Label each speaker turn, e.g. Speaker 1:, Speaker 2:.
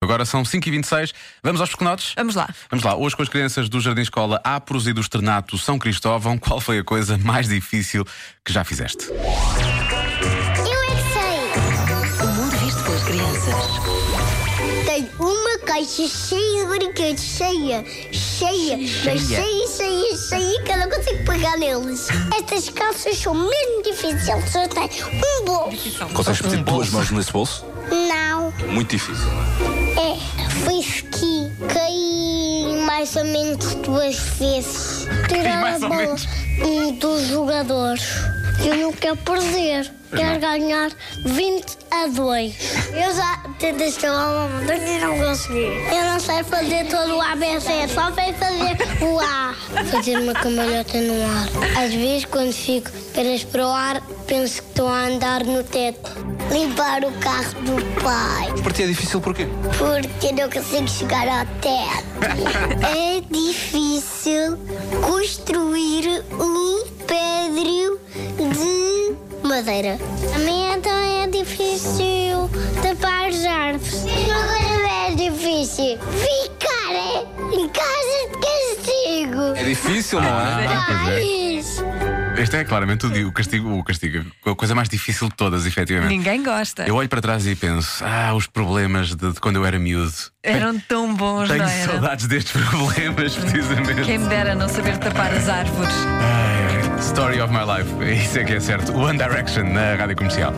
Speaker 1: Agora são 5h26. Vamos aos pequenotes?
Speaker 2: Vamos lá.
Speaker 1: Vamos lá. Hoje com as crianças do Jardim Escola Apros e do Externato São Cristóvão, qual foi a coisa mais difícil que já fizeste?
Speaker 3: Eu é que sei.
Speaker 4: O mundo visto pelas crianças.
Speaker 3: Tenho uma caixa cheia de brinquedos, cheia, cheia, mas cheia, cheia, cheia, que eu não consigo pegar neles. Estas calças são mesmo difíceis, só tem um bolso.
Speaker 5: Consegues meter duas mãos nesse bolso?
Speaker 3: Não,
Speaker 5: Muito difícil.
Speaker 3: é, fui ski, caí mais ou menos duas vezes. Tirar a
Speaker 1: mais ou
Speaker 3: bola
Speaker 1: menos.
Speaker 3: um dos jogadores. Eu não quero perder. Quero ganhar 20 a 2. Eu já tentei escalar uma montanha e não consegui. Eu não sei fazer todo o ABC, só sei fazer o A. Fazer uma cambalhota no ar. Às vezes, quando fico pernas para o ar, penso que estou a andar no teto. Limpar o carro do pai.
Speaker 5: Para ti é difícil porquê?
Speaker 3: Porque não consigo chegar ao teto. é difícil construir um pedrio de madeira. A minha também é difícil tapar as árvores. Uma coisa é difícil. Ficar em casa de
Speaker 5: É
Speaker 3: castigo.
Speaker 5: difícil, não é?
Speaker 1: Ah, pois é.
Speaker 3: Pais.
Speaker 1: Este é claramente o, di- o castigo, o castigo, a coisa mais difícil de todas, efetivamente.
Speaker 2: Ninguém gosta.
Speaker 1: É. Eu olho para trás e penso, ah, os problemas de, de quando eu era miúdo.
Speaker 2: Eram tão bons,
Speaker 1: Tenho
Speaker 2: não era?
Speaker 1: saudades destes problemas, precisamente.
Speaker 2: Quem me dera não saber tapar as árvores.
Speaker 1: Ai, ai. Story of my life, isso é que é certo. One Direction na rádio comercial.